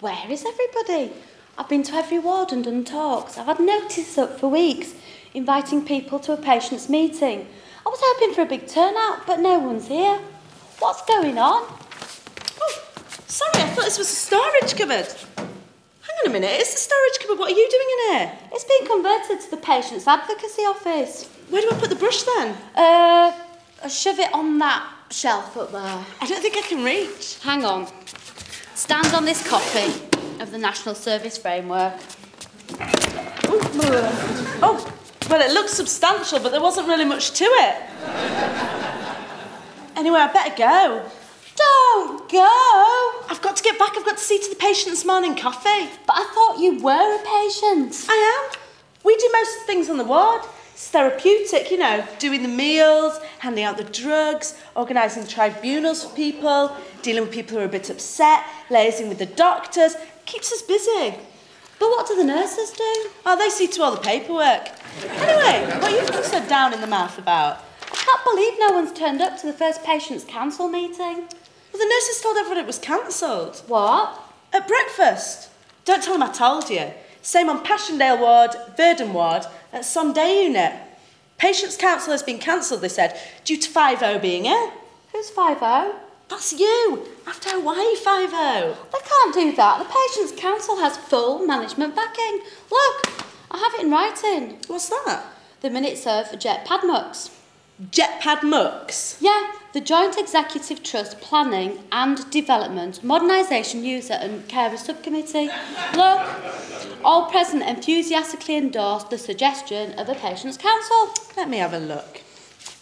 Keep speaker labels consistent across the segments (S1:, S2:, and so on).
S1: Where is everybody? I've been to every ward and done talks. I've had notices up for weeks, inviting people to a patient's meeting. I was hoping for a big turnout, but no one's here. What's going on?
S2: Oh, sorry, I thought this was a storage cupboard. Hang on a minute, it's a storage cupboard. What are you doing in here?
S1: It's been converted to the patient's advocacy office.
S2: Where do I put the brush then?
S1: Uh, I'll shove it on that shelf up there.
S2: I don't think I can reach.
S1: Hang on. Stand on this copy of the National Service Framework.
S2: Oh, well, it looks substantial, but there wasn't really much to it. anyway, I better go.
S1: Don't go!
S2: I've got to get back. I've got to see to the patient's morning coffee.
S1: But I thought you were a patient.
S2: I am. We do most things on the ward. It's therapeutic, you know, doing the meals, handing out the drugs, organising tribunals for people, dealing with people who are a bit upset, liaising with the doctors. Keeps us busy.
S1: But what do the nurses do?
S2: Oh, they see to all the paperwork. Anyway, what are you looking so down in the mouth about?
S1: I can't believe no one's turned up to the first patient's council meeting.
S2: Well, the nurses told everyone it was cancelled.
S1: What?
S2: At breakfast. Don't tell them I told you. Same on Passchendaele Ward, Verdon Ward, at Sunday Unit. Patients' Council has been cancelled, they said, due to 5 being ill.
S1: Who's oh? 5 0?
S2: That's you, after Hawaii 5 0.
S1: They can't do that. The Patients' Council has full management backing. Look, I have it in writing.
S2: What's that?
S1: The minutes are for Jet Padmux.
S2: Jetpad Mucks.
S1: Yeah, the Joint Executive Trust Planning and Development Modernisation User and Carer Subcommittee. Look, all present enthusiastically endorsed the suggestion of a Patients' Council.
S2: Let me have a look.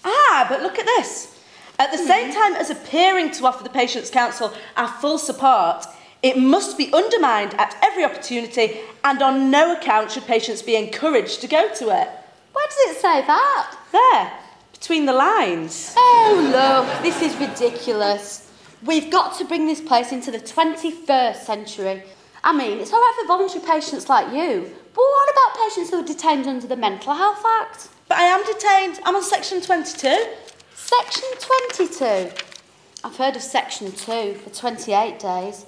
S2: Ah, but look at this. At the same time as appearing to offer the Patients' Council our full support, it must be undermined at every opportunity and on no account should patients be encouraged to go to it.
S1: Where does it say that?
S2: There, between the lines.
S1: Oh, look, this is ridiculous. We've got to bring this place into the 21st century. I mean, it's all right for voluntary patients like you, but what about patients who are detained under the Mental Health Act?
S2: But I am detained. I'm on section 22.
S1: Section 22. I've heard of Section 2 for 28 days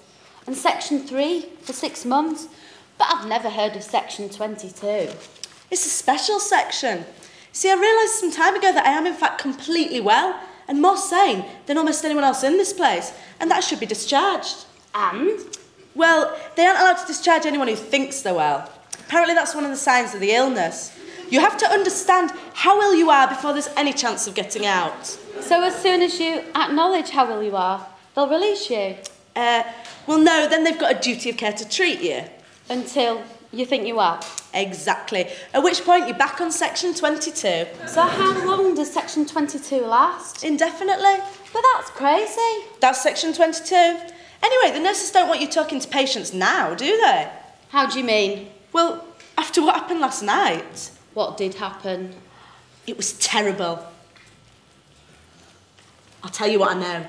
S1: and Section 3 for six months, but I've never heard of Section 22.
S2: It's a special section. See, I realised some time ago that I am, in fact, completely well and more sane than almost anyone else in this place, and that I should be discharged.
S1: And
S2: Well, they aren't allowed to discharge anyone who thinks they're well. Apparently, that's one of the signs of the illness. You have to understand how ill you are before there's any chance of getting out.
S1: so as soon as you acknowledge how ill you are, they'll release you
S2: Uh, well, no, then they've got a duty of care to treat you.
S1: until you think you are.
S2: Exactly. At which point, you're back on section 22.
S1: So how long does Section 22 last?
S2: Indefinitely.
S1: But that's crazy.
S2: That's section 22. Anyway, the nurses don't want you talking to patients now, do they?
S1: How do you mean?
S2: Well, after what happened last night,
S1: What did happen?
S2: it was terrible. I'll tell you what I know.